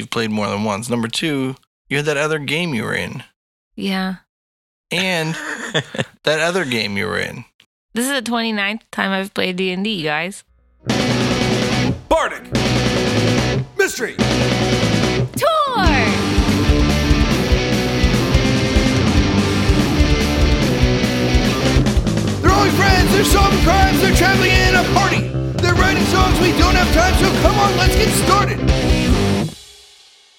you've played more than once. Number two, you had that other game you were in, Yeah. and that other game you were in. This is the 29th time I've played D&D, you guys. Bardic Mystery. Tour! They're only friends. They're solving crimes. They're traveling in a party. They're writing songs. We don't have time, so come on, let's get started.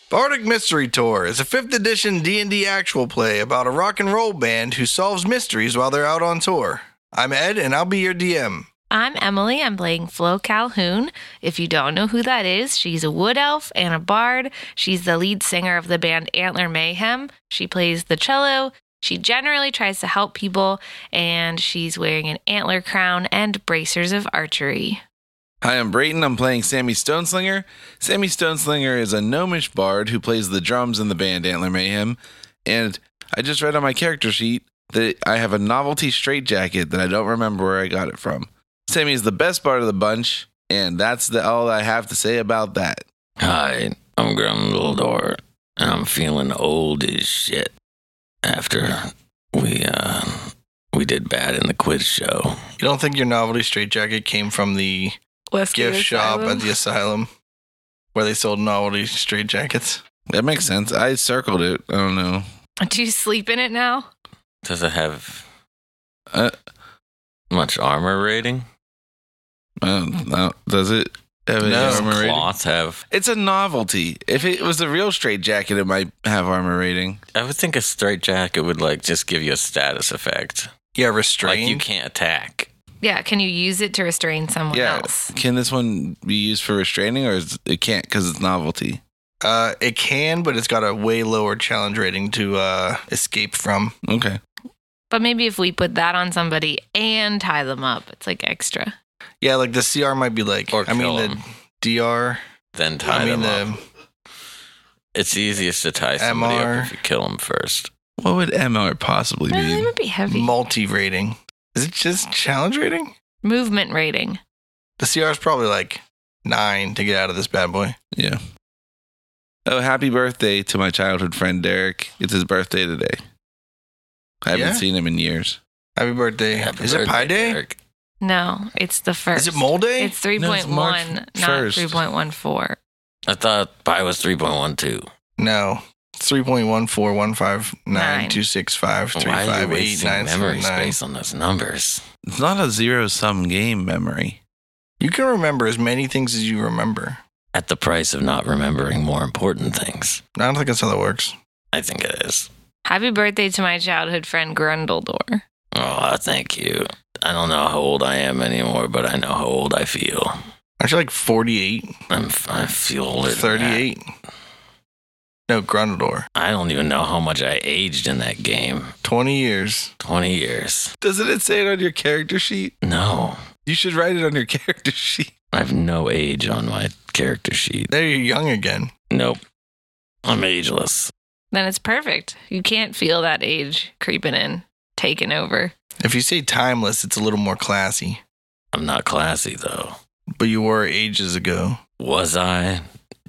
Bardic Mystery Tour is a 5th edition D&D actual play about a rock and roll band who solves mysteries while they're out on tour. I'm Ed and I'll be your DM. I'm Emily. I'm playing Flo Calhoun. If you don't know who that is, she's a wood elf and a bard. She's the lead singer of the band Antler Mayhem. She plays the cello. She generally tries to help people, and she's wearing an antler crown and bracers of archery. Hi, I'm Brayton. I'm playing Sammy Stoneslinger. Sammy Stoneslinger is a gnomish bard who plays the drums in the band Antler Mayhem. And I just read on my character sheet that I have a novelty straitjacket that I don't remember where I got it from. Sammy is the best bard of the bunch, and that's the, all I have to say about that. Hi, I'm Grumbledore, and I'm feeling old as shit after we uh we did bad in the quiz show. You don't think your novelty straitjacket came from the Westview gift shop Asylum. at the asylum where they sold novelty straitjackets? That makes sense. I circled it. I don't know. Do you sleep in it now? Does it have Uh, much armor rating? uh, no, does it have any No. Does armor rating? cloth have? It's a novelty. If it was a real straitjacket, it might have armor rating. I would think a straight jacket would like just give you a status effect, Yeah, restraint. like you can't attack. Yeah. Can you use it to restrain someone Yeah. else? Can this one be used for restraining, or is, it can't because it's novelty? uh, it can, but it's got a way lower challenge rating to uh, escape from. Okay. But maybe if we put that on somebody and tie them up, it's like extra. Yeah, like the CR might be like, Or I mean kill the 'em. DR, Then tie I mean the them up. It's easiest to tie somebody MR. up if you kill them first. What would MR possibly Well, they mean? Um, might be heavy. multi rating. Is it just challenge rating? Movement rating. The CR is probably like nine to get out of this bad boy. Yeah. Oh, happy birthday to my childhood friend Derek. It's his birthday today. I haven't Yeah? seen him in years. Happy birthday. Happy is it birthday, Pi Day? Eric. No, it's the first. Is it Mole Day? It's 3.1, not first. 3.14. I thought pi was three point one two. no. It's 3.1415926535899. Why are you wasting memory space on those numbers? It's not a zero sum game memory. You can remember as many things as you remember. At the price of not remembering more important things. I don't think that's how that works. I think it is. Happy birthday to my childhood friend Grundledor. Oh, thank you. I don't know how old I am anymore, but I know how old I feel. Aren't you like 48, I'm, I feel older. than that. 38? No, Grundador. I don't even know how much I aged in that game. 20 years. 20 years. Doesn't it say it on your character sheet? No, You should write it on your character sheet. I have no age on my character sheet. There you're young again. Nope. I'm ageless. Then it's perfect. You can't feel that age creeping in, taking over. If you say timeless, it's a little more classy. I'm not classy, though. But you were ages ago. Was I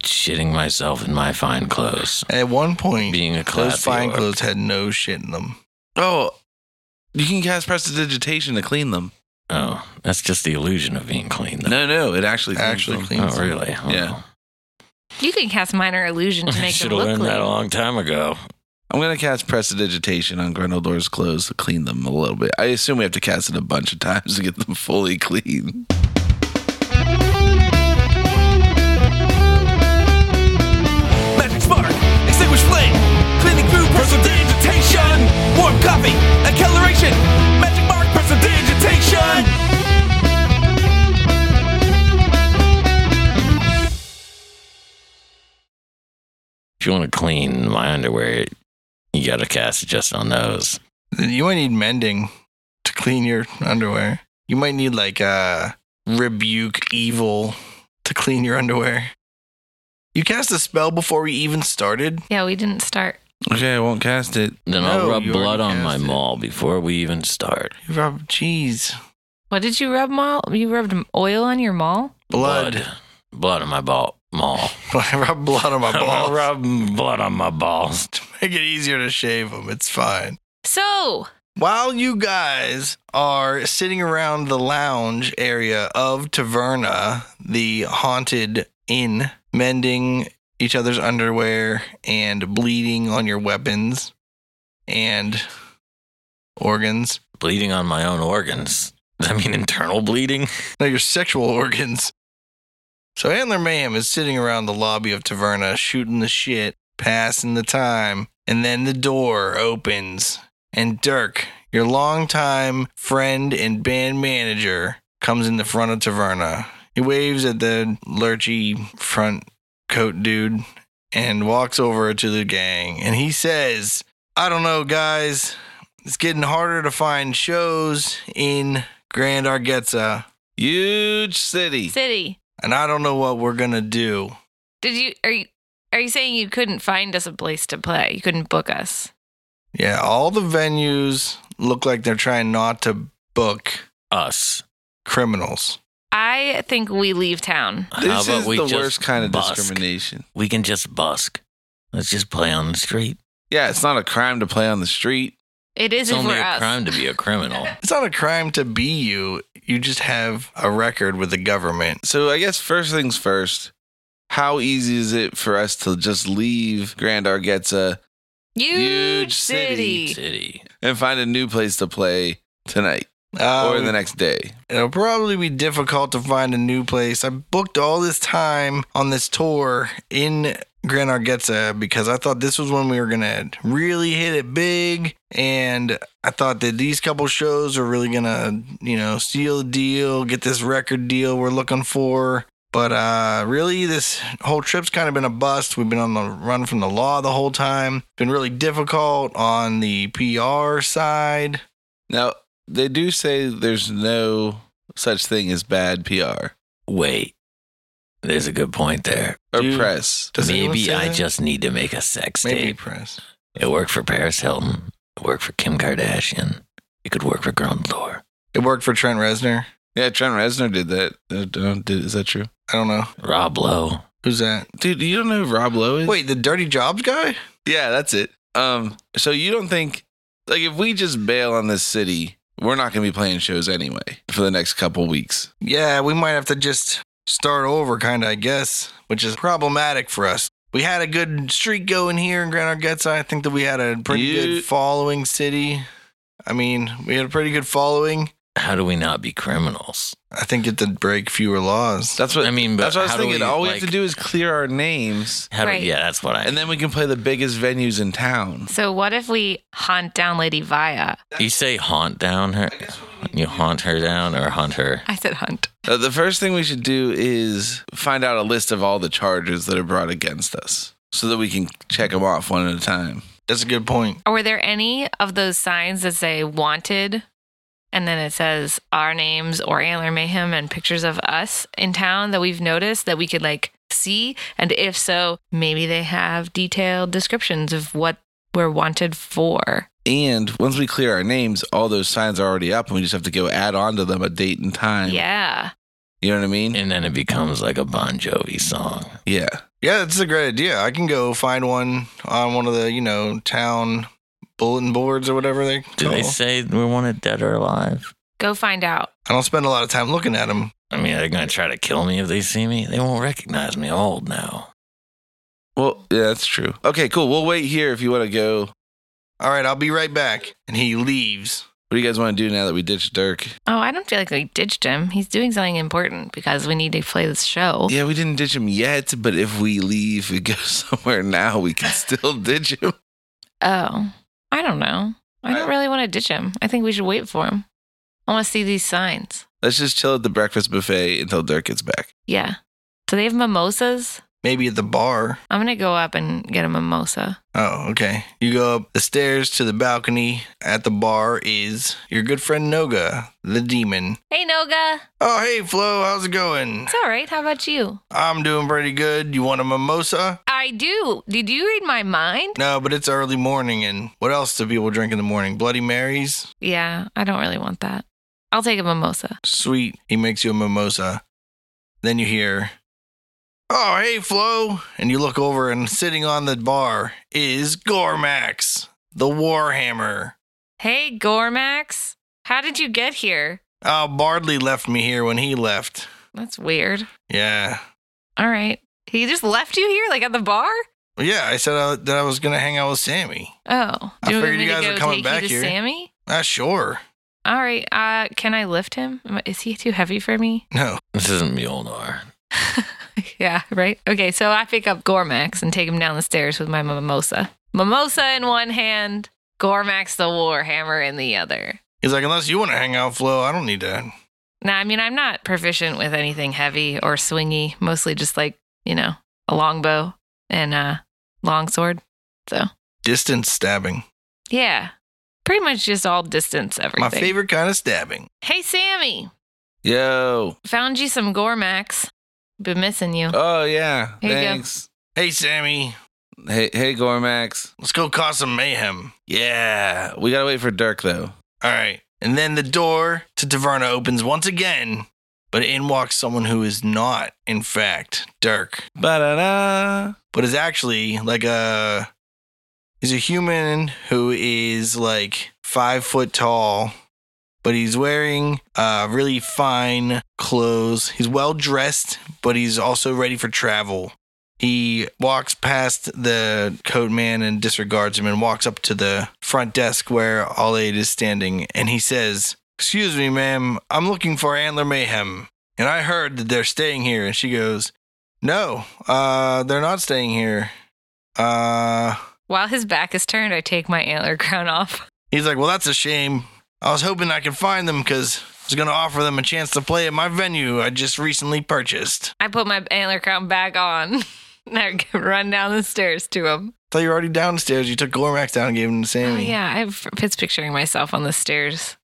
shitting myself in my fine clothes? At one point, Being a those classy fine orc. clothes had no shit in them. Oh, you can cast prestidigitation to clean them. Oh, that's just the illusion of being clean, though. No, no, it actually cleans Actually them. cleans Oh, really? Oh. Yeah. You can cast minor illusion to I make should them have look learned that a clean. long time ago. I'm gonna cast prestidigitation on Grendeldor's clothes to clean them a little bit. I assume we have to cast it a bunch of times to get them fully clean. Magic spark, extinguished flame, cleaning through prestidigitation, warm coffee, acceleration, magic mark, prestidigitation. If you want to clean my underwear, you got to cast just on those. You might need mending to clean your underwear. You might need like uh, rebuke evil to clean your underwear. You cast a spell before we even started. Yeah, we didn't start. Okay, I won't cast it. Then No, I'll rub you blood already on my cast it. mall before we even start. You rub jeez What did you rub, Maul? You rubbed oil on your mall? blood. Blood, Blood on my ball. mall. I rub blood on my balls. I'm rubbing blood on my balls. to make it easier to shave them. It's fine. So, While you guys are sitting around the lounge area of Taverna, the haunted inn, mending each other's underwear and bleeding on your weapons and organs. Bleeding on my own organs. Does that mean internal bleeding? No, your sexual organs. So Antler Mayhem is sitting around the lobby of Taverna, shooting the shit, passing the time, and then the door opens, and Dirk, your longtime friend and band manager, comes in the front of Taverna. He waves at the lurchy front coat dude and walks over to the gang, and he says, "I don't know, guys. It's getting harder to find shows in Grand Argetza." Huge city. City, and I don't know what we're gonna do. did you are you are you saying you couldn't find us a place to play? You couldn't book us. Yeah, all the venues look like they're trying not to book Us. criminals. I think we leave town. This about is we the just worst kind of busk? discrimination. We can just busk. Let's just play on the street. Yeah, it's not a crime to play on the street. It is It's if only we're a us. crime to be a criminal. It's not a crime to be you. You just have a record with the government. So I guess first things first. How easy is it for us to just leave Grand Argetza Huge, Huge city. city. City. and find a new place to play tonight Um, or the next day? it'll probably be difficult to find a new place. I booked all this time on this tour in Gran Argetza because I thought this was when we were gonna really hit it big, and I thought that these couple shows are really gonna, you know, seal the deal, get this record deal we're looking for. But uh, really, this whole trip's kind of been a bust. We've been on the run from the law the whole time. Been really difficult on the PR side. Now, they do say there's no such thing as bad PR Wait. There's a good point there. or Dude. press. Does anyone Maybe say I that? just need to make a sex maybe tape. press. It worked for Paris Hilton. It worked for Kim Kardashian. It could work for Grundlor. It worked for Trent Reznor. Yeah, Trent Reznor did that. Uh, don't- did- Is that true? I don't know. Rob Lowe. Who's that? Dude, you don't know who Rob Lowe is? Wait, the Dirty Jobs guy? Yeah, that's it. Um, so you don't think like if we just bail on this city, we're not gonna be playing shows anyway for the next couple weeks. Yeah, we might have to just start over, kind of, I guess, which is problematic for us. We had a good streak going here in Grand Argetza. I think that we had a pretty You- good following city. I mean, we had a pretty good following. How do we not be criminals? I think it did break fewer laws. That's what I mean, but that's what I was how do thinking. we, All we like- have to do is clear our names, How Right. do, yeah, that's what I. and then we can play the biggest venues in town. So what if we hunt down Lady Via? you say haunt down her. You haunt her down or hunt her. I said hunt. Uh, the first thing we should do is find out a list of all the charges that are brought against us, so that we can check them off one at a time. That's a good point. Or were there any of those signs that say wanted? And then it says our names or Antler Mayhem and pictures of us in town that we've noticed that we could like see. And if so, maybe they have detailed descriptions of what we're wanted for. And once we clear our names, all those signs are already up, and we just have to go add on to them a date and time. Yeah. you know what I mean. And then it becomes like a Bon Jovi song. yeah. Yeah, that's a great idea. I can go find one on one of the, you know, town bulletin boards or whatever they Do call. they say we want it dead or alive? Go find out. I don't spend a lot of time looking at them. I mean, they're gonna try to kill me if they see me. They won't recognize me. I'm old now. Well, yeah, that's true. Okay, cool. We'll wait here if you want to go. All right, I'll be right back. And he leaves. What do you guys want to do now that we ditched Dirk? Oh, I don't feel like we ditched him. He's doing something important because we need to play this show. Yeah, we didn't ditch him yet, but if we leave and go somewhere now, we can still ditch him. Oh, I don't know. I don't really want to ditch him. I think we should wait for him. I want to see these signs. Let's just chill at the breakfast buffet until Dirk gets back. Yeah. Do they have mimosas? Maybe at the bar. I'm going to go up and get a mimosa. Oh, okay. You go up the stairs to the balcony. At the bar is your good friend Noga, the demon. Hey, Noga. Oh, hey, Flo, how's it going? It's all right. How about you? I'm doing pretty good. You want a mimosa? I do. Did you read my mind? No, but it's early morning, and what else do people drink in the morning? Bloody Marys? Yeah, I don't really want that. I'll take a mimosa. Sweet. He makes you a mimosa. Then you hear, Oh, hey, Flo. And you look over, and sitting on the bar is Gormax, the Warhammer. Hey, Gormax. How did you get here? Oh, Bardley left me here when he left. That's weird. Yeah. All right. He just left you here, like at the bar? Well, yeah, I said uh, that I was going to hang out with Sammy. Oh. I Do want figured me you to guys go were coming take back you to here. Sammy? Ah, sure. All right. Uh, can I lift him? Am I- Is he too heavy for me? No. This isn't Mjolnir. yeah, right? Okay, so I pick up Gormax and take him down the stairs with my mimosa. Mimosa in one hand, Gormax the Warhammer in the other. He's like, unless you want to hang out, Flo, I don't need that. Now, I mean, I'm not proficient with anything heavy or swingy, mostly just like, you know, a longbow and a longsword. So, Distance stabbing. yeah, pretty much just all distance everything. My favorite kind of stabbing. Hey, Sammy, Yo. found you some Gormax. Been missing you. Oh yeah. Here you go. Thanks. Hey, Sammy, Hey hey Gormax. let's go cause some mayhem. Yeah. We gotta wait for Dirk though. All right. And then the door to Taverna opens once again, but in walks someone who is not, in fact, Dirk, Ba da da. but is actually like a. He's a human who is like five foot tall, but he's wearing uh, really fine clothes. He's well dressed, but he's also ready for travel. He walks past the coat man and disregards him and walks up to the front desk where Alaid is standing. And he says, Excuse me, ma'am, I'm looking for Antler Mayhem. And I heard that they're staying here. And she goes, No, uh, they're not staying here. Uh, While his back is turned, I take my antler crown off. he's like, Well, that's a shame. I was hoping I could find them because I was going to offer them a chance to play at my venue I just recently purchased. I put my antler crown back on. and I run down the stairs to him. thought you were already downstairs. You took Gormax down and gave him to Oh, Sammy. yeah, I've, it's picturing myself on the stairs.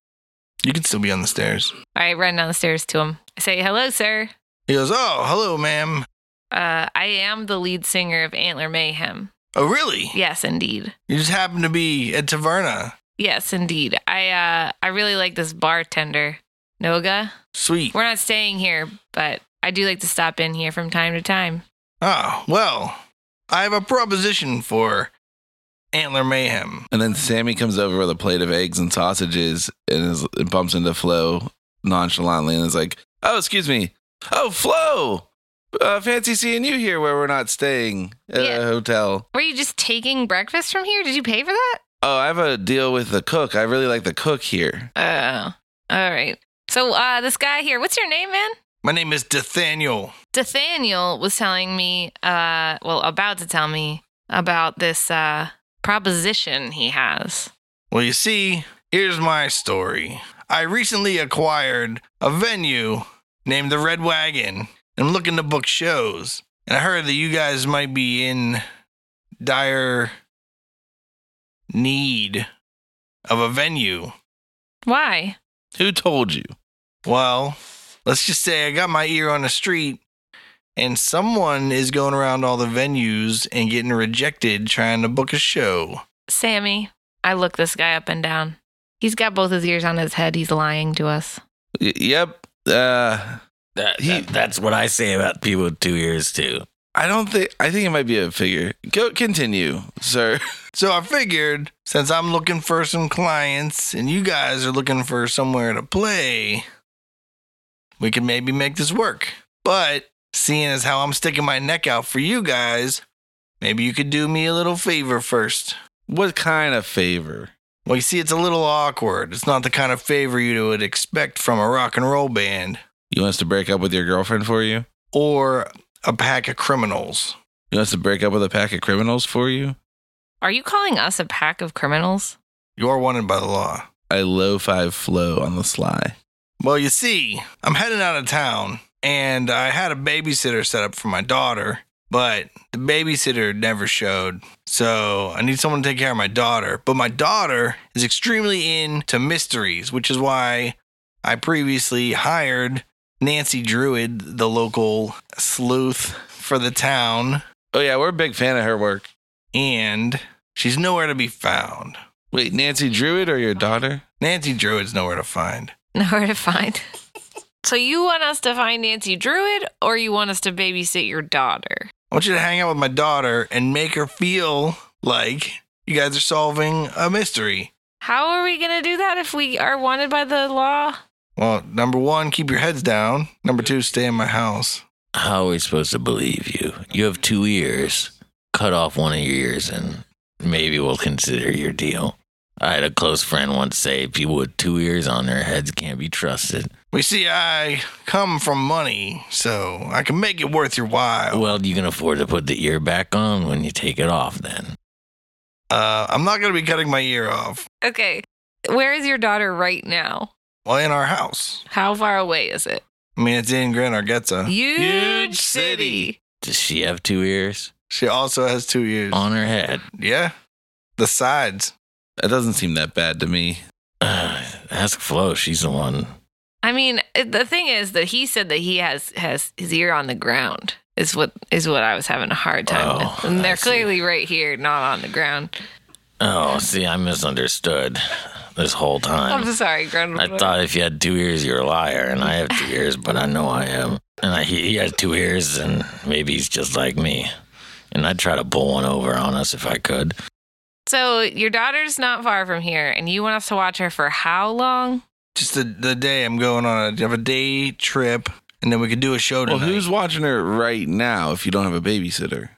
You can still be on the stairs. I run down the stairs to him. I say, hello, sir. He goes, Oh, hello, ma'am. Uh, I am the lead singer of Antler Mayhem. Oh, really? Yes, indeed. You just happen to be at Taverna. Yes, indeed. I uh, I really like this bartender, Noga. Sweet. We're not staying here, but I do like to stop in here from time to time. Ah, well, I have a proposition for Antler Mayhem. And then Sammy comes over with a plate of eggs and sausages and, is, and bumps into Flo nonchalantly and is like, "Oh, excuse me. Oh, Flo. Uh, fancy seeing you here where we're not staying at Yeah. a hotel. Were you just taking breakfast from here? Did you pay for that? Oh, I have a deal with the cook. I really like the cook here. Oh, all right. So uh, this guy here, what's your name, man? My name is Nathaniel. Nathaniel was telling me, uh, well, about to tell me about this uh, proposition he has. Well, you see, here's my story. I recently acquired a venue named the Red Wagon. I'm looking to book shows, and I heard that you guys might be in dire need of a venue. Why? Who told you? Well, let's just say I got my ear on the street and someone is going around all the venues and getting rejected trying to book a show. Sammy, I look this guy up and down. He's got both his ears on his head. He's lying to us. Y- yep. Uh, That, He- that that's what I say about people with two ears too. I don't think. I think it might be a figure. Go continue, sir. So I figured since I'm looking for some clients and you guys are looking for somewhere to play, we could maybe make this work. But seeing as how I'm sticking my neck out for you guys, maybe you could do me a little favor first. What kind of favor? Well, you see, it's a little awkward. It's not the kind of favor you would expect from a rock and roll band. You want us to break up with your girlfriend for you? or a pack of criminals. You want us to break up with a pack of criminals for you? Are you calling us a pack of criminals? You are wanted by the law. I low five flow on the sly. Well, you see, I'm heading out of town and I had a babysitter set up for my daughter, but the babysitter never showed. So I need someone to take care of my daughter. But my daughter is extremely into mysteries, which is why I previously hired Nancy Druid, the local sleuth for the town, Oh yeah, we're a big fan of her work. and she's nowhere to be found. Wait, Nancy Druid or your daughter? Nancy Druid's nowhere to find. Nowhere to find. So you want us to find Nancy Druid or you want us to babysit your daughter? I want you to hang out with my daughter and make her feel like you guys are solving a mystery. How are we going to do that if we are wanted by the law? Well, number one, keep your heads down. Number two, stay in my house. How are we supposed to believe you? You have two ears. Cut off one of your ears and maybe we'll consider your deal. I had a close friend once say people with two ears on their heads can't be trusted. We see I come from money, so I can make it worth your while. Well, you can afford to put the ear back on when you take it off then. Uh, I'm not going to be cutting my ear off. Okay. Where is your daughter right now? Well, in our house. How far away is it? I mean, it's in Grand Argetza. Huge, Huge city. Does she have two ears She also has two ears. on her head? Yeah. The sides. That doesn't seem that bad to me. Uh, ask Flo. She's the one. I mean, it- the thing is that he said that he has has his ear on the ground. Is what is what I was having a hard time Oh, with. And they're I see. clearly right here, not on the ground. Oh, see, I misunderstood this whole time. I'm sorry, grown I thought if you had two ears, you're a liar, and I have two ears, but I know I am. And I, he, he has two ears, and maybe he's just like me. And I'd try to pull one over on us if I could. So your daughter's not far from here, and you want us to watch her for how long? Just the, the day I'm going on a, have a day trip, and then we could do a show Well, tonight. who's watching her right now if you don't have a babysitter?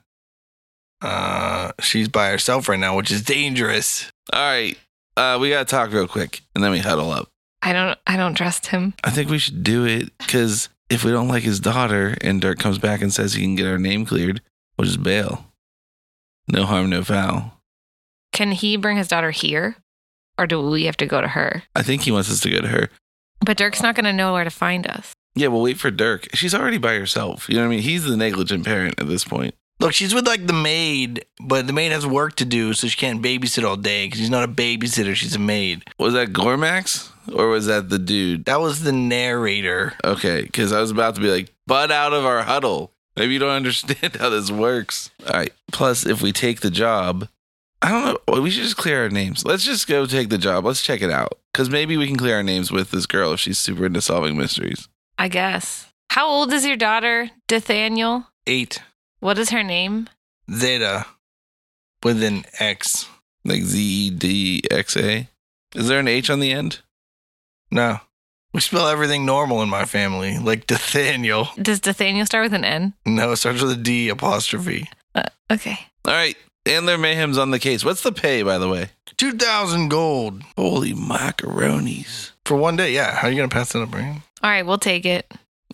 Uh, she's by herself right now, which is dangerous. All right. Uh, we got to talk real quick and then we huddle up. I don't. I don't trust him. I think we should do it because if we don't like his daughter and Dirk comes back and says he can get our name cleared, we'll just bail. No harm, no foul. Can he bring his daughter here, or do we have to go to her? I think he wants us to go to her. But Dirk's not going to know where to find us. Yeah, we'll wait for Dirk. She's already by herself. You know what I mean? He's the negligent parent at this point. Look, she's with like the maid, but the maid has work to do, so she can't babysit all day because she's not a babysitter. She's a maid. Was that Gormax or was that the dude? That was the narrator. Okay, because I was about to be like, butt out of our huddle. Maybe you don't understand how this works. All right. Plus, if we take the job, I don't know. We should just clear our names. Let's just go take the job. Let's check it out. Because maybe we can clear our names with this girl if she's super into solving mysteries. I guess. How old is your daughter, Nathaniel? Eight What is her name? Zeta with an X. Like Z E D X A. Is there an H on the end? No, we spell everything normal in my family, like Nathaniel. Does Nathaniel start with an N? Uh, No, it starts with a D apostrophe. Okay. All right. Antler Mayhem's on the case. What's the pay, by the way? Two thousand gold Holy macaronis. for one day. Yeah, how are you gonna pass that up, right? All right, we'll take it.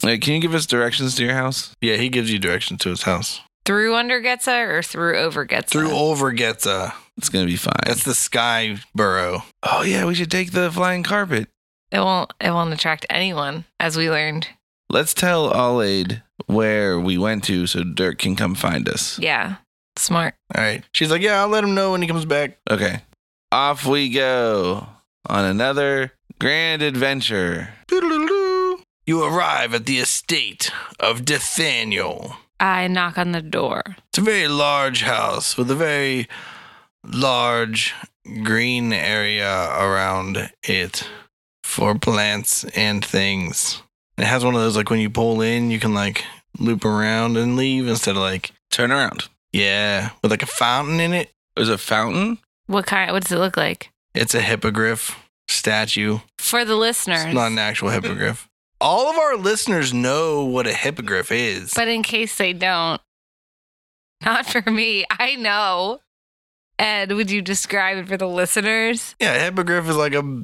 All right, can you give us directions to your house? Yeah, he gives you directions to his house Through under Getza or through over Getza? through over Getza. It's going to be fine. That's the sky burrow. oh, yeah, we should take the flying carpet. It won't. It won't attract anyone, as we learned. Let's tell Alaid where we went to so Dirk can come find us. Yeah. Smart. All right. She's like, yeah, I'll let him know when he comes back. Okay. Off we go on another grand adventure. Doodle-doodle-doo. You arrive at the estate of Nathaniel. I knock on the door. It's a very large house with a very large green area around it for plants and things. It has one of those like when you pull in, you can like loop around and leave instead of like Turn around. yeah, with like a fountain in it. There's a fountain. What kind? What does it look like? It's a hippogriff statue. For the listeners. It's not an actual hippogriff. All of our listeners know what a hippogriff is. but in case they don't, not for me. I know. Ed, would you describe it for the listeners? yeah, a hippogriff is like a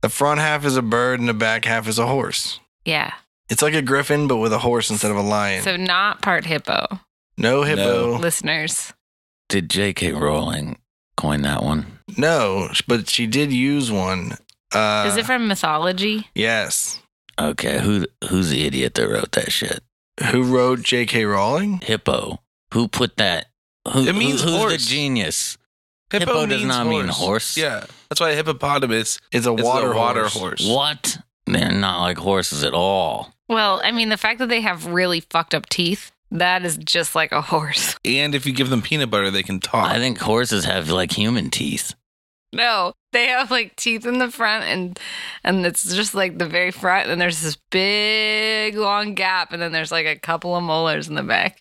the front half is a bird and the back half is a horse. Yeah. It's like a griffin but with a horse instead of a lion. So not part hippo. no Oh. hippo. No. Listeners. Did J.K. Rowling coin that one? but she did use one. Uh Is it from mythology? Yes. Okay, who who's the idiot that wrote that shit? Who wrote J.K. Rowling? Hippo. Who put that? Who, It means who, who's horse. the genius? Hippo does means not mean horse. Yeah, that's why hippopotamus It's a is water, a water horse. horse. What? They're not like horses at all. Well, I mean, the fact that they have really fucked up teeth, that is just like a horse. And if you give them peanut butter, they can talk. I think horses have like human teeth. No, they have like teeth in the front, and and it's just like the very front, and there's this big long gap, and then there's like a couple of molars in the back.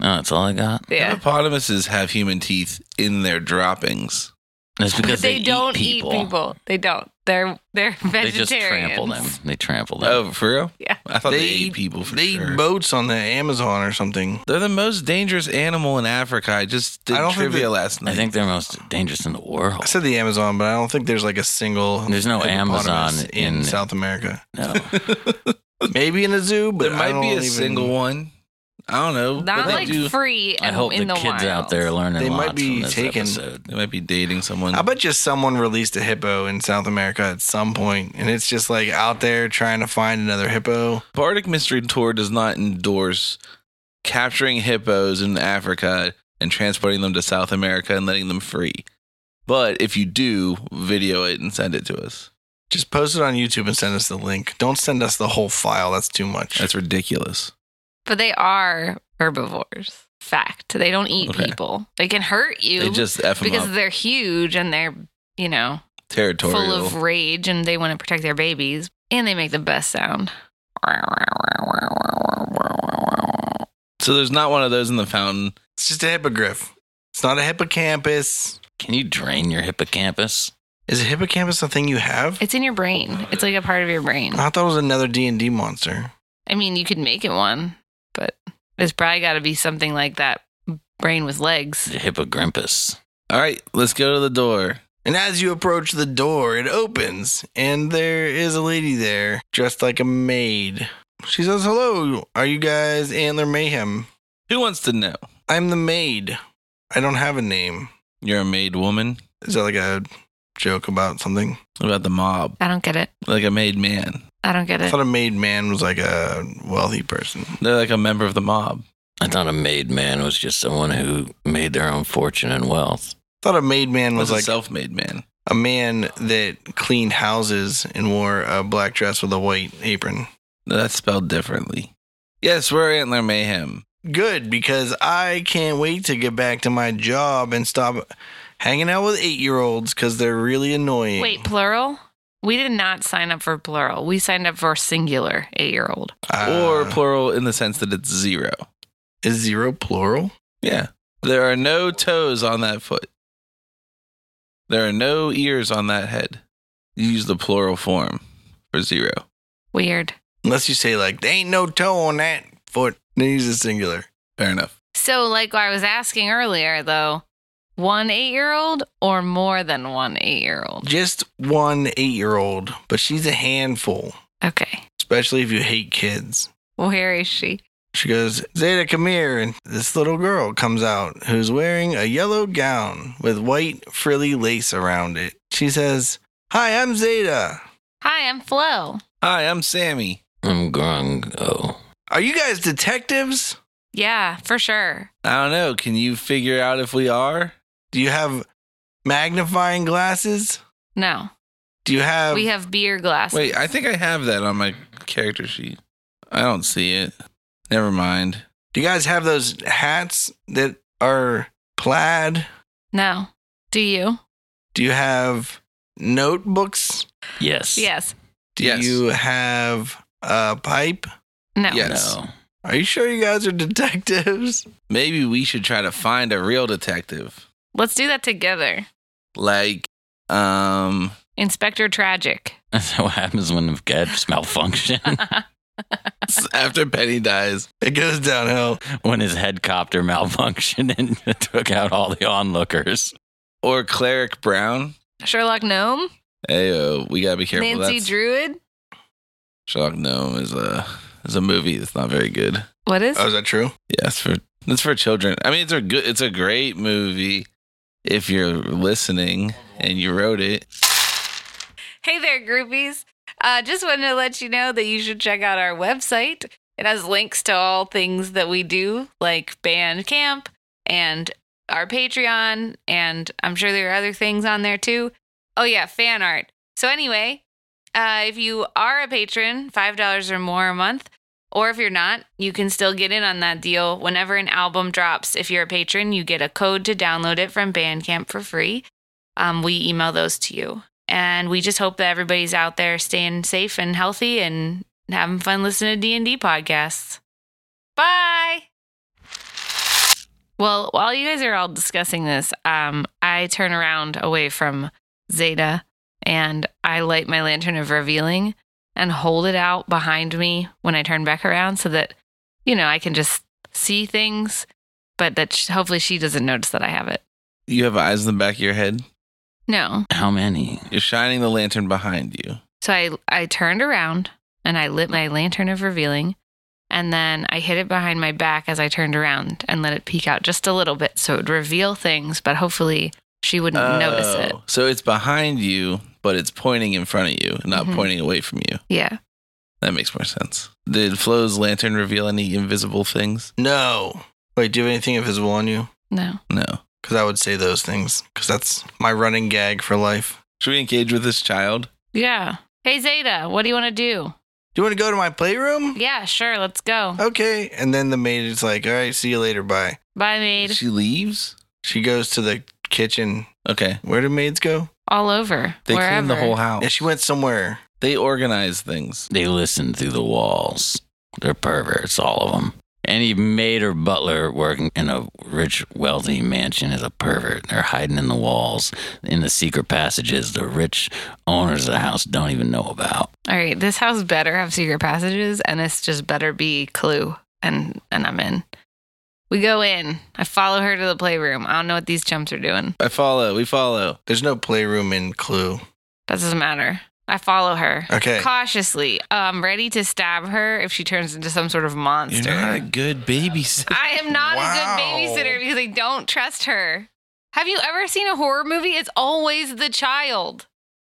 Oh, that's all I got. Yeah, Hippopotamuses have human teeth in their droppings. That's because they, they, don't eat people. eat people. They don't. They're they're They vegetarians. just trample them. They trample them. Oh, for real? Yeah. I thought they, They eat eat- people for they sure. eat boats on the Amazon or something. They're the most dangerous animal in Africa. I just did I don't think trivia that- last night. I think they're most dangerous in the world. I said the Amazon, but I don't think there's like a single. There's no hippopotamus Amazon in, in- South America. No. Maybe in a zoo, but there might be a single one. I don't know. but Not they like do. free. I and- hope in the, kids out wild. there are learning They lots might be from this taken. episode. They might be dating someone. I bet you someone released a hippo in South America at some point, and it's just like out there trying to find another hippo. Bardic Mystery Tour does not endorse capturing hippos in Africa and transporting them to South America and letting them free. But if you do, video it and send it to us. Just post it on YouTube and send us the link. Don't send us the whole file. That's too much. That's ridiculous. But they are herbivores. Fact. They don't eat Okay. people. They can hurt you They just F them because up. they're huge and they're, you know, Territorial. full of rage and they want to protect their babies. And they make the best sound. so there's not one of those in the fountain. it's just a hippogriff. It's not a hippocampus. Can you drain your hippocampus? Is a hippocampus a thing you have? It's in your brain. It's like a part of your brain. I thought it was another D and D monster. I mean, you could make it one, but it's probably got to be something like that brain with legs. The hippogrimpus. All right, let's go to the door. And as you approach the door, it opens, and there is a lady there dressed like a maid. She says, Hello, are you guys Antler Mayhem? Who wants to know? I'm the maid. I don't have a name. You're a maid woman. Is that like a joke about something? What about the mob? I don't get it. Like a maid man. I don't get I it. thought a maid man was like a wealthy person. They're like a member of the mob. I thought a made man was just someone who made their own fortune and wealth. thought a maid man was Was a like self-made man. a man that cleaned houses and wore a black dress with a white apron. No, That's spelled differently. Yes, we're Antler Mayhem. Good, because I can't wait to get back to my job and stop hanging out with eight year olds because they're really annoying. Wait, plural? We did not sign up for plural. We signed up for singular eight year old. Uh, or plural in the sense that it's zero. is zero plural? Yeah. There are no toes on that foot. There are no ears on that head. You use the plural form for zero. Weird. Unless you say, like, there ain't no toe on that foot. Then use a singular. Fair enough. So, like I was asking earlier, though, one eight year old or more than one eight year old? Just one eight year old, but she's a handful, Okay. especially if you hate kids. Where is she? She goes, Zeta, come here. And this little girl comes out who's wearing a yellow gown with white frilly lace around it. She says, Hi, I'm Zeta. Hi, I'm Flo. Hi, I'm Sammy. I'm Grungo. Are you guys detectives? Yeah, for sure. I don't know. Can you figure out if we are? Do you have magnifying glasses? No, Do you have. we have beer glasses. Um, Wait, I think I have that on my character sheet. I don't see it. Never mind. do you guys have those hats that are plaid? No. Do you? Do you have notebooks? Yes. Yes. Do Yes. you have a pipe? No. Yeah. Yes. No. Are you sure you guys are detectives? Maybe we should try to find a real detective. Let's do that together. Like, um, Inspector Tragic. That's what happens when the gadgets malfunction. after Penny dies, It goes downhill. when his headcopter malfunctioned and took out all the onlookers. or Cleric Brown. Sherlock Gnome. Hey, uh, we gotta be careful. Nancy That's- Druid. Sherlock Gnome is a is a movie that's not very good. What is? Oh, is that true? Yeah, it's for it's for children. I mean, it's a good, it's a great movie if you're listening and you wrote it. Hey there, groupies. Uh, just wanted to let you know that you should check out our website. It has links to all things that we do, like band camp and our Patreon, and I'm sure there are other things on there too. Oh, yeah, fan art. So, anyway, uh, if you are a patron, $5 or more a month, or if you're not, you can still get in on that deal whenever an album drops. If you're a patron, you get a code to download it from Bandcamp for free. um, we email those to you. And we just hope that everybody's out there staying safe and healthy and having fun listening to D and D podcasts. Bye. Well, while you guys are all discussing this, um, I turn around away from Zeta and I light my lantern of revealing and hold it out behind me when I turn back around so that, you know, I can just see things, but that sh- hopefully she doesn't notice that I have it. You have eyes in the back of your head. No. How many? You're shining the lantern behind you. So I, I turned around and I lit my lantern of revealing. And then I hid it behind my back as I turned around and let it peek out just a little bit so it would reveal things, but hopefully she wouldn't notice it. Oh, So it's behind you, but it's pointing in front of you, not Mhm. pointing away from you. Yeah. That makes more sense. Did Flo's lantern reveal any invisible things? No. Wait, do you have anything invisible on you? No. No. Because I would say those things. Because that's my running gag for life. Should we engage with this child? Yeah. Hey, Zeta, what do you want to do? Do you want to go to my playroom? Yeah, sure. Let's go. Okay. And then the maid is like, all right, see you later. Bye. Bye, maid. She leaves. She goes to the kitchen. Okay. Where do maids go? All over. They wherever. clean the whole Oh. house. Yeah, she went somewhere. They organize things. They listen through the walls. They're perverts, all of them. Any maid or butler working in a rich, wealthy mansion is a pervert. They're hiding in the walls, in the secret passages the rich owners of the house don't even know about. All right. This house better have secret passages, and this just better be clue. And and I'm in. We go in. I follow her to the playroom. I don't know what these chumps are doing. I follow. We follow. There's no playroom in Clue. That doesn't matter. I follow her Okay. cautiously. I'm ready to stab her if she turns into some sort of You're monster. not a good babysitter. I am not Wow. a good babysitter because I don't trust her. Have you ever seen a horror movie? It's always the child.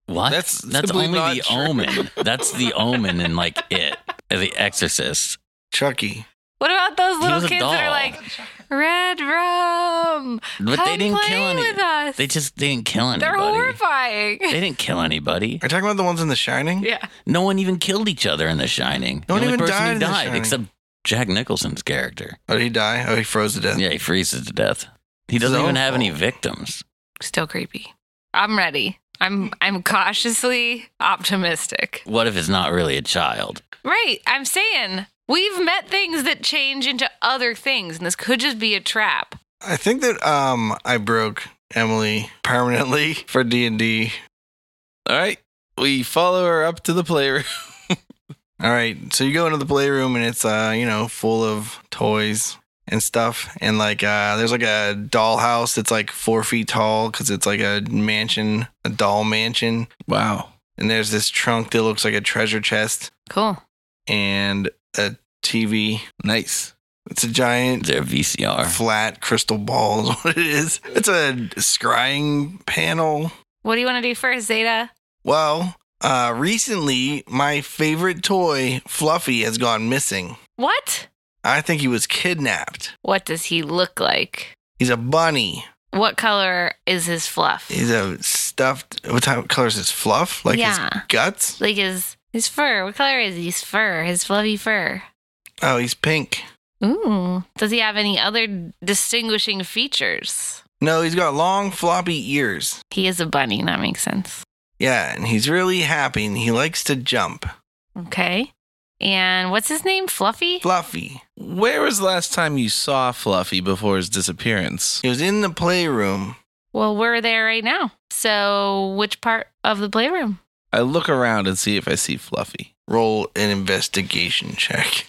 What? That's That's simply only not the true. omen. That's the omen and like it. The Exorcist. Chucky. What about those He little was a kids that are doll. like, red rum? But come they didn't play kill with any. us. They just they didn't kill They're anybody. horrifying. They didn't kill anybody. Are you talking about the ones in The Shining? yeah. No one even killed each other in The Shining. No one the only even person died who in The died, Shining. except Jack Nicholson's character. Oh, did he die? Oh, he froze to death. Yeah, he freezes to death. He His doesn't own even have any fault. victims. Still creepy. I'm ready. I'm I'm cautiously optimistic. What if it's not really a child? Right. I'm saying we've met things that change into other things, and this could just be a trap. I think that um I broke Emily permanently for D and D. All right. We follow her up to the playroom. All right, so you go into the playroom and it's uh you know full of toys and stuff and like uh there's like a dollhouse that's like four feet tall because it's like a mansion, a doll mansion, Wow. and there's this trunk that looks like a treasure chest Cool. and a TV. Nice. It's a giant Is there a VCR? flat crystal ball is what it is. It's a scrying panel. What do you want to do first, Zeta? Well, uh, recently my favorite toy, Fluffy, has gone missing. What? I think he was kidnapped. What does he look like? He's a bunny. What color is his fluff? He's a stuffed. What type of color is his fluff? Like Yeah. his guts? like his his fur. What color is his fur? His fluffy fur. Oh, he's pink. Ooh. Does he have any other distinguishing features? No, he's got long floppy ears. He is a bunny. That makes sense. Yeah, and he's really happy and he likes to jump. Okay. And what's his name? Fluffy? Fluffy. Where was the last time you saw Fluffy before his disappearance? He was in the playroom. Well, we're there right now. So, which part of the playroom? I look around and see if I see Fluffy. Roll an investigation check.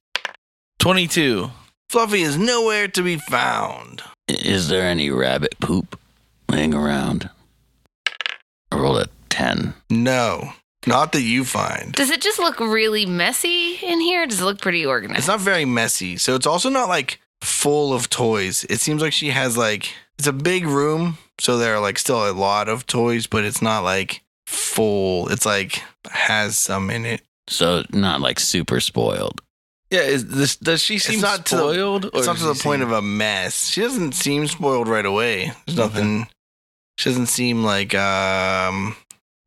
22. Fluffy is nowhere to be found. Is there any rabbit poop laying around? I rolled a 10. No, not that you find. Does it just look really messy in here? Does it look pretty organized? It's not very messy. So it's also not like full of toys. It seems like she has like it's a big room, so there are like still a lot of toys, but it's not like full. It's like has some in it. So, not like super spoiled. Yeah, is this, does she seem not to the- spoiled? It's not to the point of. of a mess. She doesn't seem spoiled right away. There's nothing she doesn't seem like um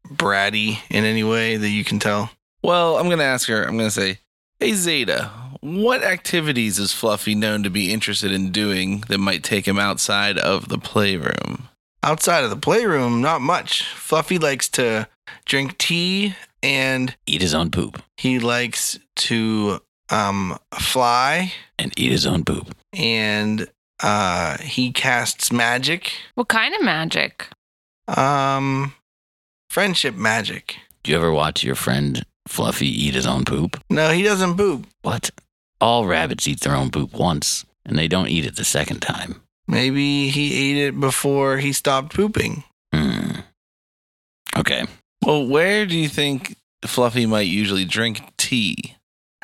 bratty in any way that you can tell. Well, I'm going to ask her. I'm going to say, Hey, Zeta, what activities is Fluffy known to be interested in doing that might take him outside of the playroom? Outside of the playroom, not much. Fluffy likes to drink tea and Eat his own poop he likes to um, fly and eat his own poop. and uh, he casts magic, What kind of magic? um, friendship magic. Do you ever watch your friend Fluffy eat his own poop? No, he doesn't poop. What? All rabbits eat their own poop once, and they don't eat it the second time. Maybe he ate it before he stopped pooping. Hmm. Okay. Well, where do you think Fluffy might usually drink tea?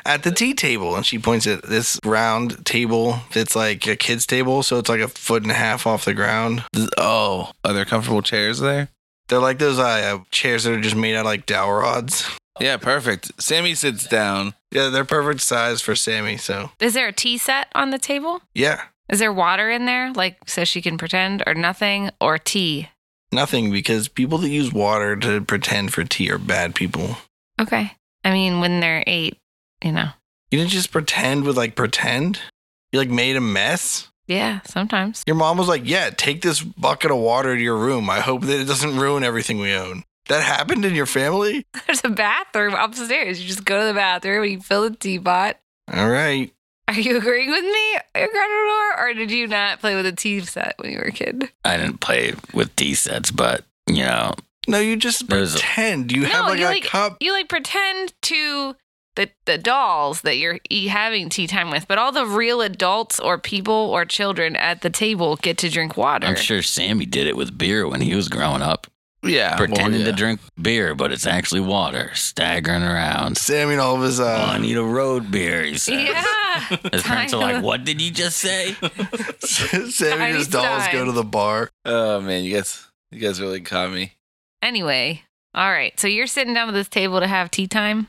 At the tea table, and she points at this round table that's like a kid's table, so it's like a foot and a half off the ground. Th- Oh, are there comfortable chairs there? They're like those uh, chairs that are just made out of like dowel rods. Yeah, perfect. Sammy sits down. Yeah, they're perfect size for Sammy. So Is there a tea set on the table? yeah, Is there water in there, like so she can pretend, or nothing, or tea? nothing because people that use water to pretend for tea are bad people. Okay. I mean, when they're eight, you know. You didn't just pretend with like pretend. You like made a mess. Yeah, sometimes. Your mom was like, "Yeah, take this bucket of water to your room. I hope that it doesn't ruin everything we own." That happened in your family. There's a bathroom upstairs. You just go to the bathroom and you fill the teapot. All right. Are you agreeing with me, Grenador, or did you not play with a tea set when you were a kid? I didn't play with tea sets, but, you know, No, you just There's a- pretend. you have No, like you a like- cup. You like pretend to the the dolls that you're e- having tea time with, but all the real adults or people or children at the table get to drink water. I'm sure Sammy did it with beer when he was growing up, Yeah, well, pretending yeah. to drink beer, but it's actually water, staggering around. Sammy and all of his. Uh, oh, I need a road beer, he said. Yeah. His parents are Tyler. like, what did you just say? Sammy and his Tiny dolls go time. to the bar. Oh man, you guys, you guys really caught me. Anyway, all right. So you're sitting down at this table to have tea time.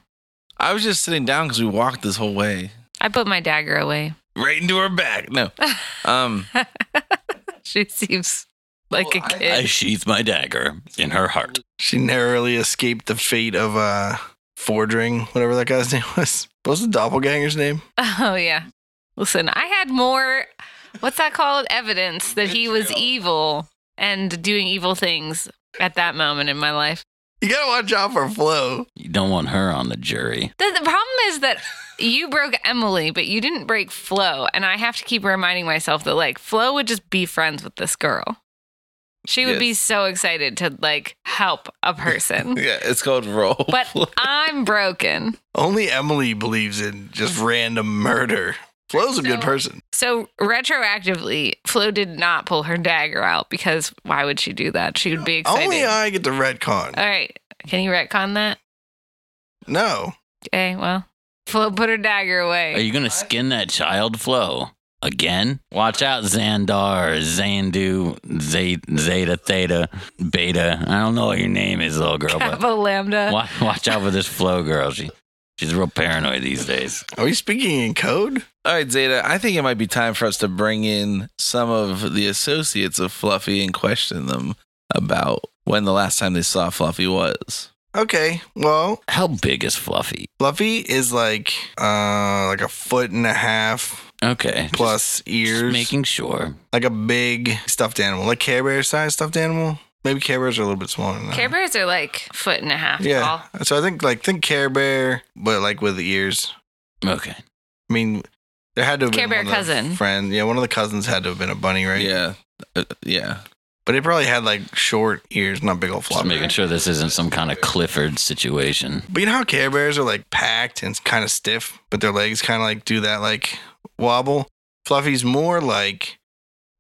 I was just sitting down because we walked this whole way I put my dagger away. right into her back. No, um, She seems like Well, a I- kid. Oh, I sheathed my dagger in her heart. She narrowly escaped the fate of uh Fordring, whatever that guy's name was. What was the doppelganger's name? Oh yeah. Listen, I had more what's that called? Evidence that he was evil and doing evil things at that moment in my life. You gotta watch out for Flo. You don't want her on the jury. The, the problem is that you broke Emily, but you didn't break Flo, and I have to keep reminding myself that like Flo would just be friends with this girl. She would be Yes. so excited to like help a person. yeah, it's called roll. but I'm broken. Only Emily believes in just random murder. Flo's a good Mm. So- person. So retroactively, Flo did not pull her dagger out because why would she do that? She would be excited. Oh. Only I get to retcon. All right. Can you retcon that? no. Okay, well. Flo put her dagger Are away. you going to skin that child, Flo? Again? Watch out, Xandar, Zandu, Zeta, Zeta, Theta, Beta. I don't know what your name is, little girl, but Kappa Lambda. watch, watch out for this Flo girl. She, she's real paranoid these days. Are we speaking in code? All right, Zeta, I think it might be time for us to bring in some of the associates of Fluffy and question them about when the last time they saw Fluffy was. Okay. Well, How big is Fluffy? Fluffy is like uh like a foot and a half Okay. plus Just- just ears. making sure. like a big stuffed animal. Like Care Bear size stuffed animal. Maybe Care Bears are a little bit smaller than that. Care Bears are like foot and a half Yeah. tall. So I think like think Care Bear, but like with the ears. Okay. I mean, there had to have Care been Bear one of the cousin. friend. Yeah, one of the cousins had to have been a bunny, right? Yeah. Uh, yeah. But it probably had like short ears, not big old Just floppy. making sure this isn't some kind of Clifford situation. But you know how Care Bears are like packed and kind of stiff, but their legs kind of like do that like wobble. Fluffy's more like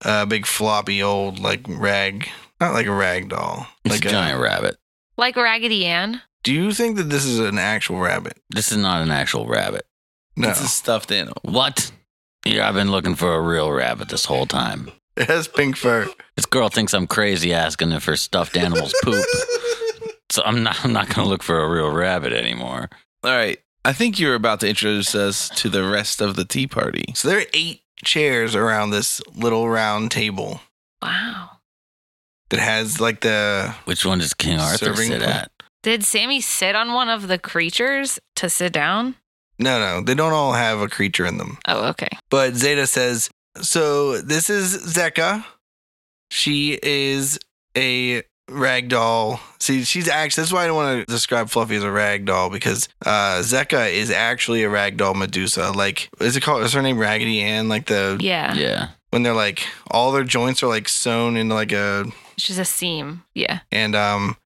a big floppy old like rag, not like a rag doll. It's Like a giant rabbit. Like Raggedy Ann. Do you think that this is an actual rabbit? This is not an actual rabbit. No, It's a stuffed animal. What? Yeah, I've been looking for a real rabbit this whole time. it has pink fur. This girl thinks I'm crazy asking if her stuffed animals poop. So I'm not I'm not gonna look for a real rabbit anymore. All right. I think you were about to introduce us to the rest of the tea party. So there are eight chairs around this little round table Wow. that has like the Which one does King Arthur Serving sit plate. at? Did Sammy sit on one of the creatures to sit down? no no they don't all have a creature in them. Oh, okay. But Zeta says so. This is Zeka. She is a ragdoll. See, she's actually that's why I don't want to describe Fluffy as a ragdoll because uh Zecca is actually a ragdoll Medusa. Like is it called is her name Raggedy Ann? Like the Yeah. Yeah. when they're like all their joints are like sewn into like a It's just a seam. Yeah. and um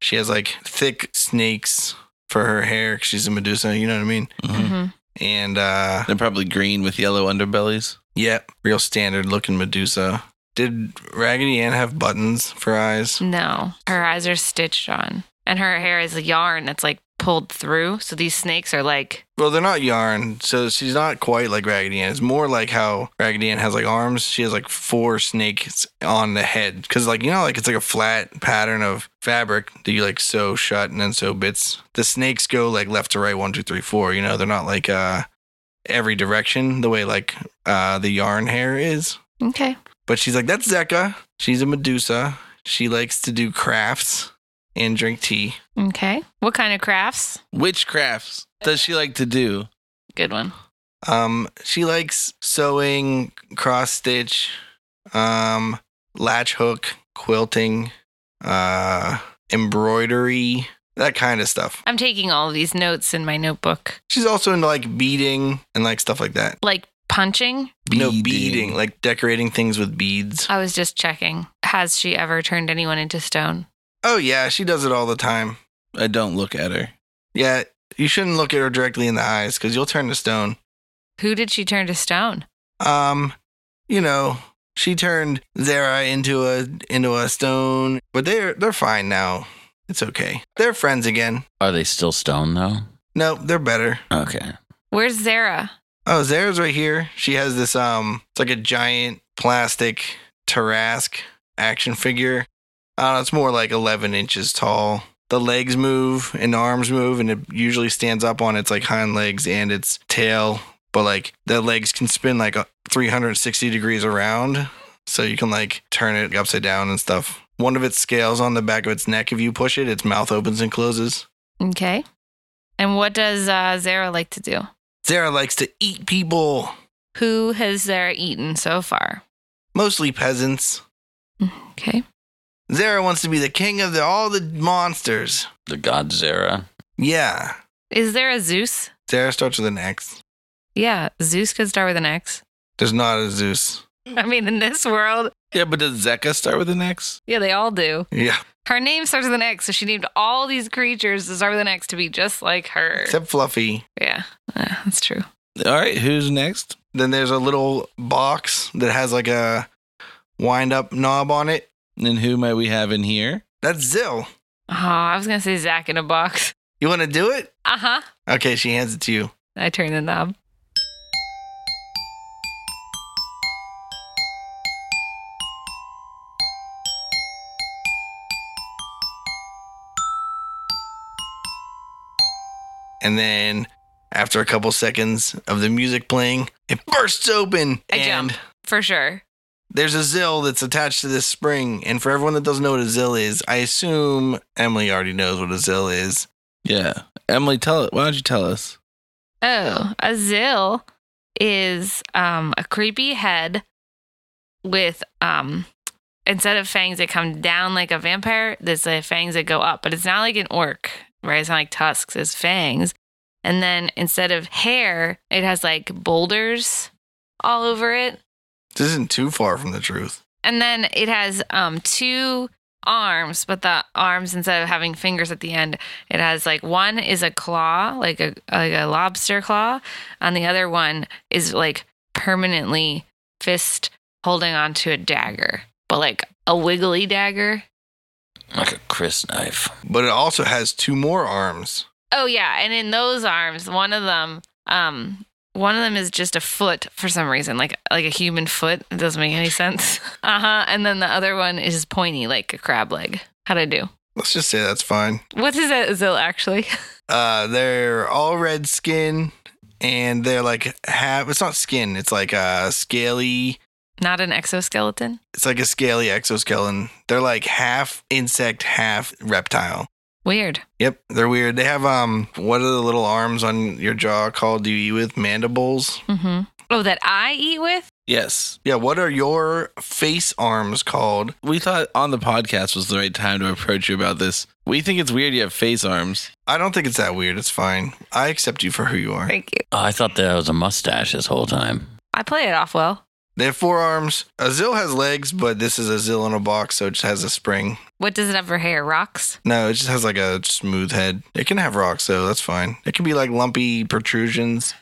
she has like thick snakes for her hair 'cause she's a Medusa, you know what I mean? hmm And uh They're probably green with yellow underbellies. yeah, real standard looking Medusa. Did Raggedy Ann have buttons for eyes? No. Her eyes are stitched on. And her hair is a yarn that's like pulled through. So these snakes are like, Well, they're not yarn, so she's not quite like Raggedy Ann. It's more like how Raggedy Ann has like arms. She has like four snakes on the head because, like, you know, like it's like a flat pattern of fabric that you like sew shut and then sew bits. The snakes go like left to right, one, two, three, four. You know, they're not like uh every direction the way like uh the yarn hair is. okay. But she's like, that's Zecca. She's a Medusa. She likes to do crafts and drink tea. Okay. What kind of crafts? Witchcrafts does she like to do? Good one. Um, she likes sewing, cross stitch, um, latch hook, quilting, uh, embroidery, that kind of stuff. I'm taking all of these notes in my notebook. She's also into like beading and like stuff like that. Like punching. No Beading. beading, like decorating things with beads. I was just checking. Has she ever turned anyone into stone? Oh yeah, she does it all the time. I don't look at her. Yeah, you shouldn't look at her directly in the eyes because you'll turn to stone. Who did she turn to stone? Um, you know, she turned Zara into a into a stone, but they're they're fine now. It's okay. They're friends again. Are they still stone though? No, they're better. Okay. Where's Zara? Oh, Zara's right here. She has this um it's like a giant plastic Tarask action figure. Uh it's more like eleven inches tall. The legs move and the arms move and it usually stands up on its like hind legs and its tail. But like the legs can spin like uh, a- 360 degrees around. So you can like turn it upside down and stuff. One of its scales on the back of its neck, if you push it, its mouth opens and closes. Okay. And what does uh, Zara like to do? Zara likes to eat people, Who has Zara eaten so far? mostly peasants. Okay. Zara wants to be the king of the, all the monsters. The god Zara. Yeah. Is there a Zeus? Zara starts with an X. Yeah, Zeus could start with an X. There's not a Zeus. I mean, in this world, Yeah, but does Zecca start with an X? yeah, they all do. Yeah. Her name starts with an X, so she named all these creatures to start with an X to be just like her. Except Fluffy. yeah, Yeah, that's true. All right, who's next? Then there's a little box that has like a wind up knob on it. And who might we have in here? That's Zill. Oh, I was gonna say Zach in a box. You want to do it? Uh huh. Okay, she hands it to you. I turned the knob. And then after a couple seconds of the music playing, it bursts open. I and jump. For sure. there's a Zill that's attached to this spring. And for everyone that doesn't know what a Zill is, I assume Emily already knows what a Zill is. Yeah, Emily, tell it. Why don't you tell us? Oh, a Zill is um, a creepy head with um, instead of fangs that come down like a vampire, there's uh, fangs that go up, but it's not like an orc, right? It's not like tusks, it's fangs. And then instead of hair, it has like boulders all over it. This isn't too far from the truth. And then it has um two arms, but the arms instead of having fingers at the end, it has like one is a claw, like a like a lobster claw, and the other one is like permanently fist holding onto a dagger, but like a wiggly dagger. Like a Chris knife. but it also has two more arms. Oh yeah, and in those arms, one of them um one of them is just a foot for some reason, like like a human foot. It doesn't make any sense. Uh huh. And then the other one is pointy, like a crab leg. How'd I do? Let's just say that's fine. What is that Zil actually? Uh, they're all red skin, and they're like half. It's not skin. It's like a scaly. Not an exoskeleton. It's like a scaly exoskeleton. They're like half insect, half reptile. Weird. Yep, they're weird. They have um, what are the little arms on your jaw called? Do you eat with mandibles? Mm-hmm. Oh, that I eat with. Yes. Yeah, what are your face arms called? We thought on the podcast was the right time to approach you about this. We think it's weird you have face arms. I don't think it's that weird. It's fine. I accept you for who you are. Thank you. Oh, I thought that was a mustache this whole time. I play it off well. They have forearms. Azil has legs, but this is Azil in a box, so it just has a spring. What does it have for hair? Rocks? No, it just has like a smooth head. It can have rocks, though. That's fine. It can be like lumpy protrusions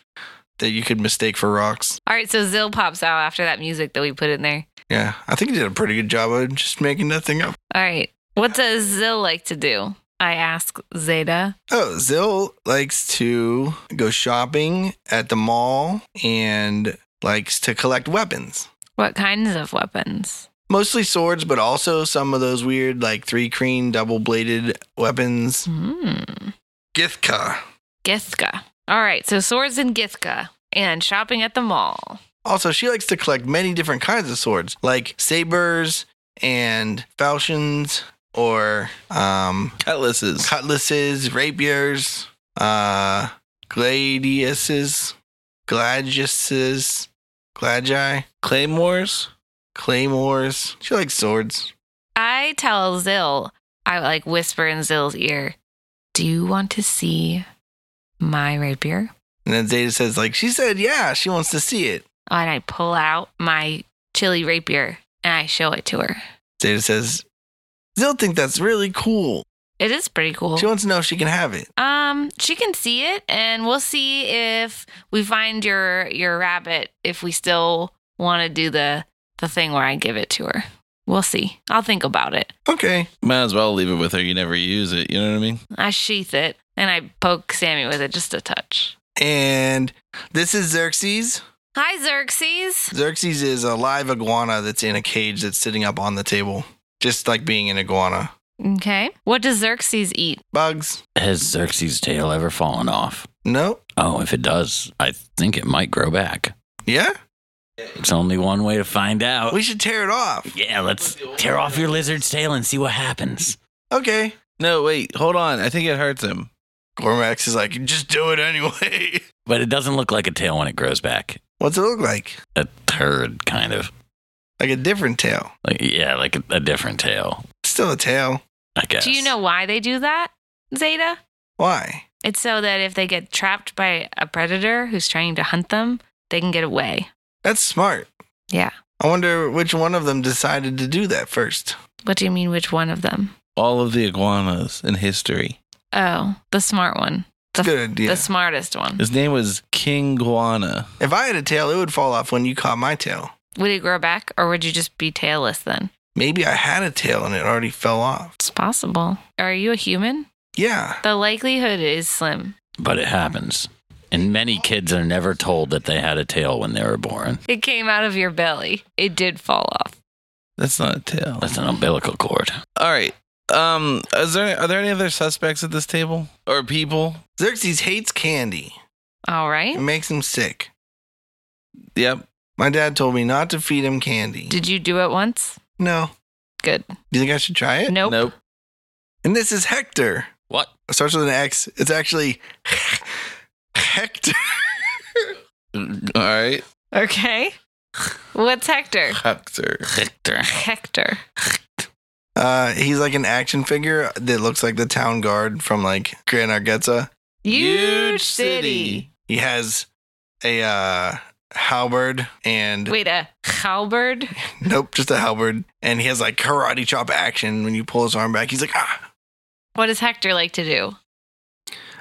that you could mistake for rocks. All right, so Zill pops out after that music that we put in there. Yeah, I think you did a pretty good job of just making that thing up. All right. What does Zill like to do? I ask Zeta. Oh, Zill likes to go shopping at the mall and likes to collect weapons. What kinds of weapons? Mostly swords, but also some of those weird, like three creen double bladed weapons. Hmm. Githka. Githka. All right, so swords in Githka and shopping at the mall. Also, she likes to collect many different kinds of swords, like sabers and falchions or um, Cutlasses. cutlasses, rapiers, uh, gladiuses, gladiuses, gladii, Claymores. claymores. She likes swords. I tell Zill, I like whisper in Zill's ear, Do you want to see my rapier? And then Zeta says, like, she said, yeah, she wants to see it. And I pull out my chili rapier and I show it to her. Zeta says, Zill think that's really cool. It is pretty cool. Oh. She wants to know if she can have it. Um, she can see it, and we'll see if we find your your rabbit. If we still want to do the the thing where I give it to her, we'll see. I'll think about it. Okay. Might as well leave it with her. You never use it. You know what I mean? I sheath it and I poke Sammy with it just a touch. And this is Xerxes. Hi, Xerxes. Xerxes is a live iguana that's in a cage that's sitting up on the table, just like being an iguana. Okay, what does Xerxes eat? Bugs? Has Xerxes' tail ever fallen off? No. Oh, if it does, I think it might grow back. Yeah? It's only one way to find out. We should tear it off. Yeah, let's tear off your lizard's tail and see what happens. Okay. No, wait. Hold on. I think it hurts him. Gormax is like, just do it anyway. But it doesn't look like a tail when it grows back. What's it look like? A turd, kind of. Like a different tail. Like, yeah, like a, a different tail, Still a tail. I guess. Do you know why they do that, Zeta? Why? It's so that if they get trapped by a predator who's trying to hunt them, they can get away. That's smart. Yeah. I wonder which one of them decided to do that first. What do you mean? Which one of them? All of the iguanas in history. Oh, the smart one, The- Good idea. the smartest one. His name was King Guana. if I had a tail, it would fall off when you caught my tail. Would it grow back or would you just be tailless then? Maybe I had a tail and it already fell off. It's possible. Are you a human? Yeah. The likelihood is slim. But it happens. And many kids are never told that they had a tail when they were born. It came out of your belly. It did fall off. That's not a tail. That's an umbilical cord. All right. Um, is there are there any other suspects at this table or people? Xerxes hates candy. All It right. makes him sick. Yep. My dad told me not to feed him candy. Did you do it once? no. Good. Do you think I should try it? Nope. Nope. And this is Hector. What? It starts with an X. It's actually Hector. All right. Okay. What's Hector? Hector. Richter. Hector. Uh, he's like an action figure that looks like the town guard from like Gran Argetza. Huge, Huge city. city. He has a uh, halberd and Wait, uh, a halberd? nope, just a halberd. And he has like karate chop action. When you pull his arm back, he's like ah. What does Hector like to do?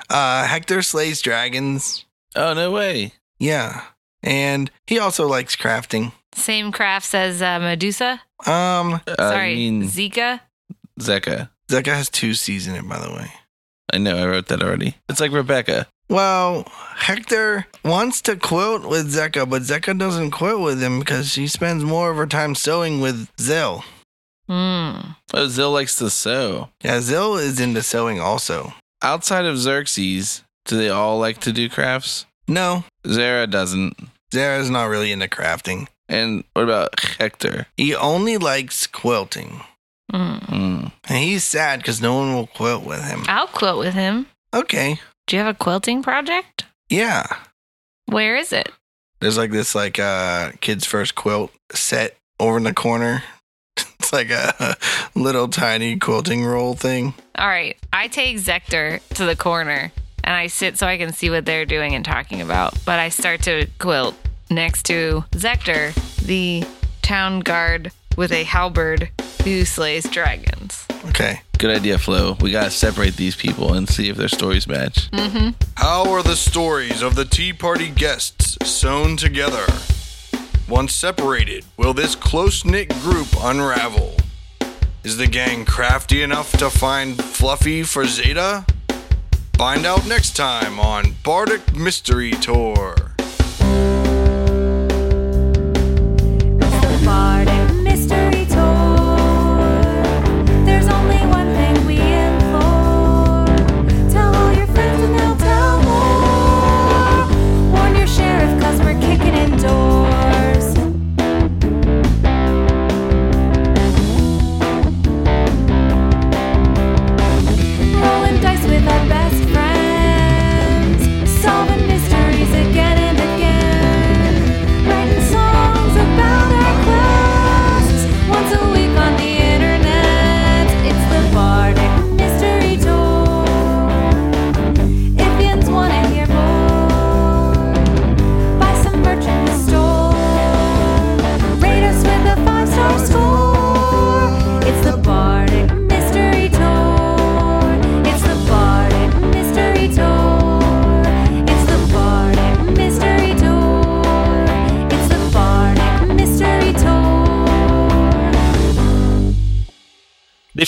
Uh, Hector slays dragons. Oh no way. Yeah, and he also likes crafting. Same crafts as uh, Medusa? Um, Uh, Sorry, I mean Zika? Zecca. that guy has two C's in it, by the way. I know. I wrote that already. It's like Rebecca. Well, Hector wants to quilt with Zecca, but Zecca doesn't quilt with him because she spends more of her time sewing with Zill. Hmm. Oh, Zill likes to sew. Yeah, Zill is into sewing also. Outside of Xerxes, do they all like to do crafts? No, Zara doesn't. Zara's not really into crafting. And what about Hector? He only likes quilting. Hmm. Hmm. And he's sad because no one will quilt with him. I'll quilt with him. Okay. Do you have a quilting project? Yeah. Where is it? There's like this like uh kids first quilt set over in the corner. It's like a little tiny quilting roll thing. All right, I take Zector to the corner and I sit so I can see what they're doing and talking about. But I start to quilt next to Zector, the town guard with a halberd who slays dragons. Okay. Good idea, Flo. We gotta separate these people and see if their stories match. How are the stories of the Tea Party guests sewn together? Once separated, will this close knit group unravel? Is the gang crafty enough to find Fluffy for Zeta? Find out next time on Bardic Mystery Tour. The Bardic Mystery Tour. There's only one thing we implore. Tell all your friends and they'll tell more. Warn your sheriff cause we're kicking in doors. Rolling dice with our best friends. Solving mysteries again and again. Writing songs about our quests. Once a week on the internet. It's the Bardic Mystery Tour. Ifians wanna hear more. Buy some merch in the store. Rate us with a five-star score. It's the Bardic Mystery Tour. It's the Bardic Mystery Tour. It's the Bardic Mystery Tour. It's the Bardic Mystery Tour. This